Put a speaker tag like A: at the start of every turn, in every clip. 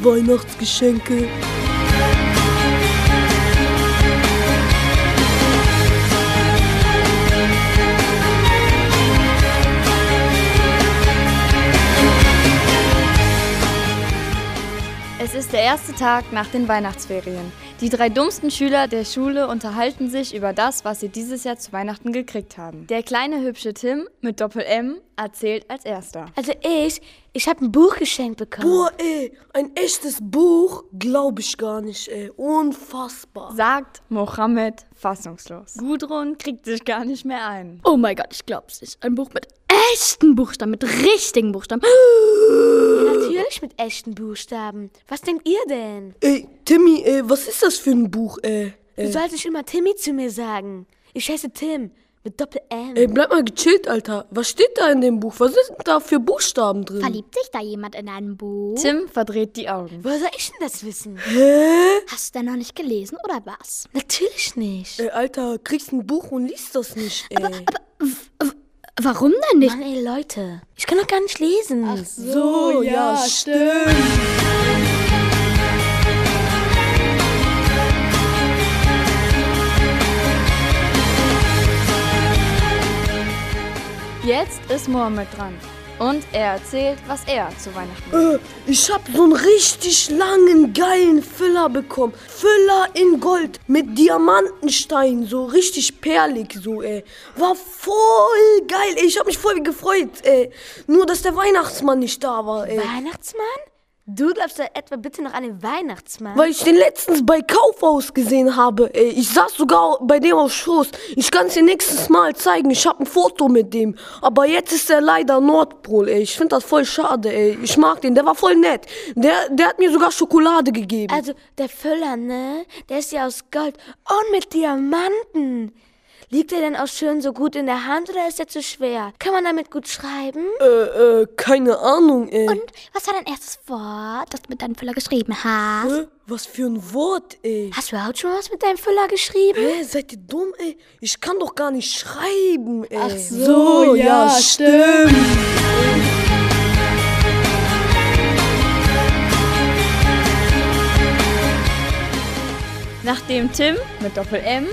A: Weihnachtsgeschenke.
B: Es ist der erste Tag nach den Weihnachtsferien. Die drei dummsten Schüler der Schule unterhalten sich über das, was sie dieses Jahr zu Weihnachten gekriegt haben. Der kleine hübsche Tim mit Doppel-M erzählt als erster.
C: Also ich, ich habe ein Buch geschenkt bekommen.
A: Boah, ey, ein echtes Buch glaube ich gar nicht, ey. Unfassbar.
B: Sagt Mohammed fassungslos. Gudrun kriegt sich gar nicht mehr ein.
D: Oh mein Gott, ich glaub's nicht. Ein Buch mit echten Buchstaben, mit richtigen Buchstaben.
C: Natürlich mit echten Buchstaben. Was denkt ihr denn?
A: Ey, Timmy, ey, was ist das für ein Buch, ey?
C: Du sollst nicht immer Timmy zu mir sagen. Ich heiße Tim mit Doppel-M.
A: Ey, bleib mal gechillt, Alter. Was steht da in dem Buch? Was sind da für Buchstaben drin?
E: Verliebt sich da jemand in ein Buch?
B: Tim verdreht die Augen.
C: Woher soll ich denn das wissen?
A: Äh.
E: Hast du denn noch nicht gelesen oder was?
C: Natürlich nicht.
A: Ey, Alter, kriegst ein Buch und liest das nicht, ey.
D: Warum denn nicht?
C: Mann, ey, Leute. Ich kann doch gar nicht lesen.
A: so, Oh, ja, stimmt.
B: Jetzt ist Mohammed dran. Und er erzählt, was er zu Weihnachten
A: Äh, ich hab so einen richtig langen, geilen Füller bekommen. Füller in Gold mit Diamantenstein, so richtig perlig, so, ey. War voll geil, ey. Ich hab mich voll gefreut, ey. Nur, dass der Weihnachtsmann nicht da war, ey.
C: Weihnachtsmann? Du glaubst da etwa bitte noch an den Weihnachtsmann?
A: Weil ich den letztens bei Kaufhaus gesehen habe, ey. Ich saß sogar bei dem auf Schoß. Ich kann's dir nächstes Mal zeigen. Ich hab ein Foto mit dem. Aber jetzt ist er leider Nordpol, ey. Ich find das voll schade, ey. Ich mag den. Der war voll nett. Der, der hat mir sogar Schokolade gegeben.
C: Also, der Füller, ne? Der ist ja aus Gold und mit Diamanten. Liegt er denn auch schön so gut in der Hand oder ist er zu schwer? Kann man damit gut schreiben?
A: Äh, äh, keine Ahnung, ey.
E: Und was war dein erstes Wort, das du mit deinem Füller geschrieben hast?
A: Hä? Was für ein Wort, ey.
C: Hast du überhaupt schon was mit deinem Füller geschrieben?
A: Hä, seid ihr dumm, ey? Ich kann doch gar nicht schreiben, ey. Ach
F: so, ja,
A: stimmt.
B: Nachdem Tim mit Doppel-M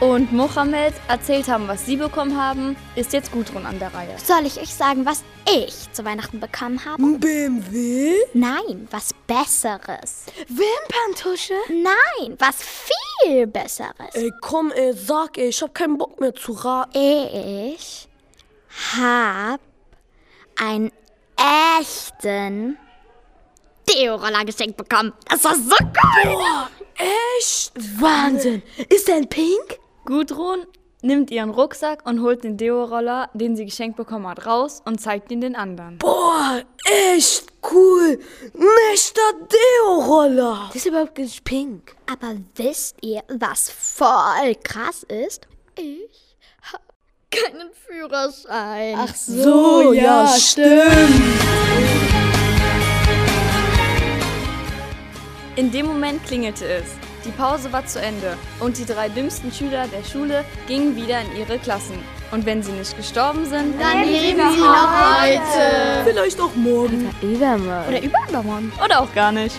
B: und Mohammed erzählt haben, was sie bekommen haben, ist jetzt Gudrun an der Reihe.
E: Soll ich euch sagen, was ich zu Weihnachten bekommen habe?
A: Ein BMW?
E: Nein, was Besseres.
C: Wimperntusche?
E: Nein, was viel Besseres.
A: Ey, komm, ey, sag, ey. Ich hab keinen Bock mehr zu raten.
E: Ich hab einen echten Deo-Roller geschenkt bekommen. Das war so cool.
A: Echt?
C: Wahnsinn! Ist er in Pink?
B: Gudrun nimmt ihren Rucksack und holt den Deo-Roller, den sie geschenkt bekommen hat, raus und zeigt ihn den anderen.
A: Boah, echt cool. Ein echter Deo-Roller.
C: Der ist überhaupt gar nicht pink.
E: Aber wisst ihr, was voll krass ist? Ich hab keinen Führerschein. Ach
F: So, ja, stimmt.
B: In dem Moment klingelte es. Die Pause war zu Ende und die drei dümmsten Schüler der Schule gingen wieder in ihre Klassen. Und wenn sie nicht gestorben sind, dann leben sie noch heute.
A: Vielleicht auch morgen.
C: Übermorgen.
B: Oder übermorgen. Oder auch gar nicht.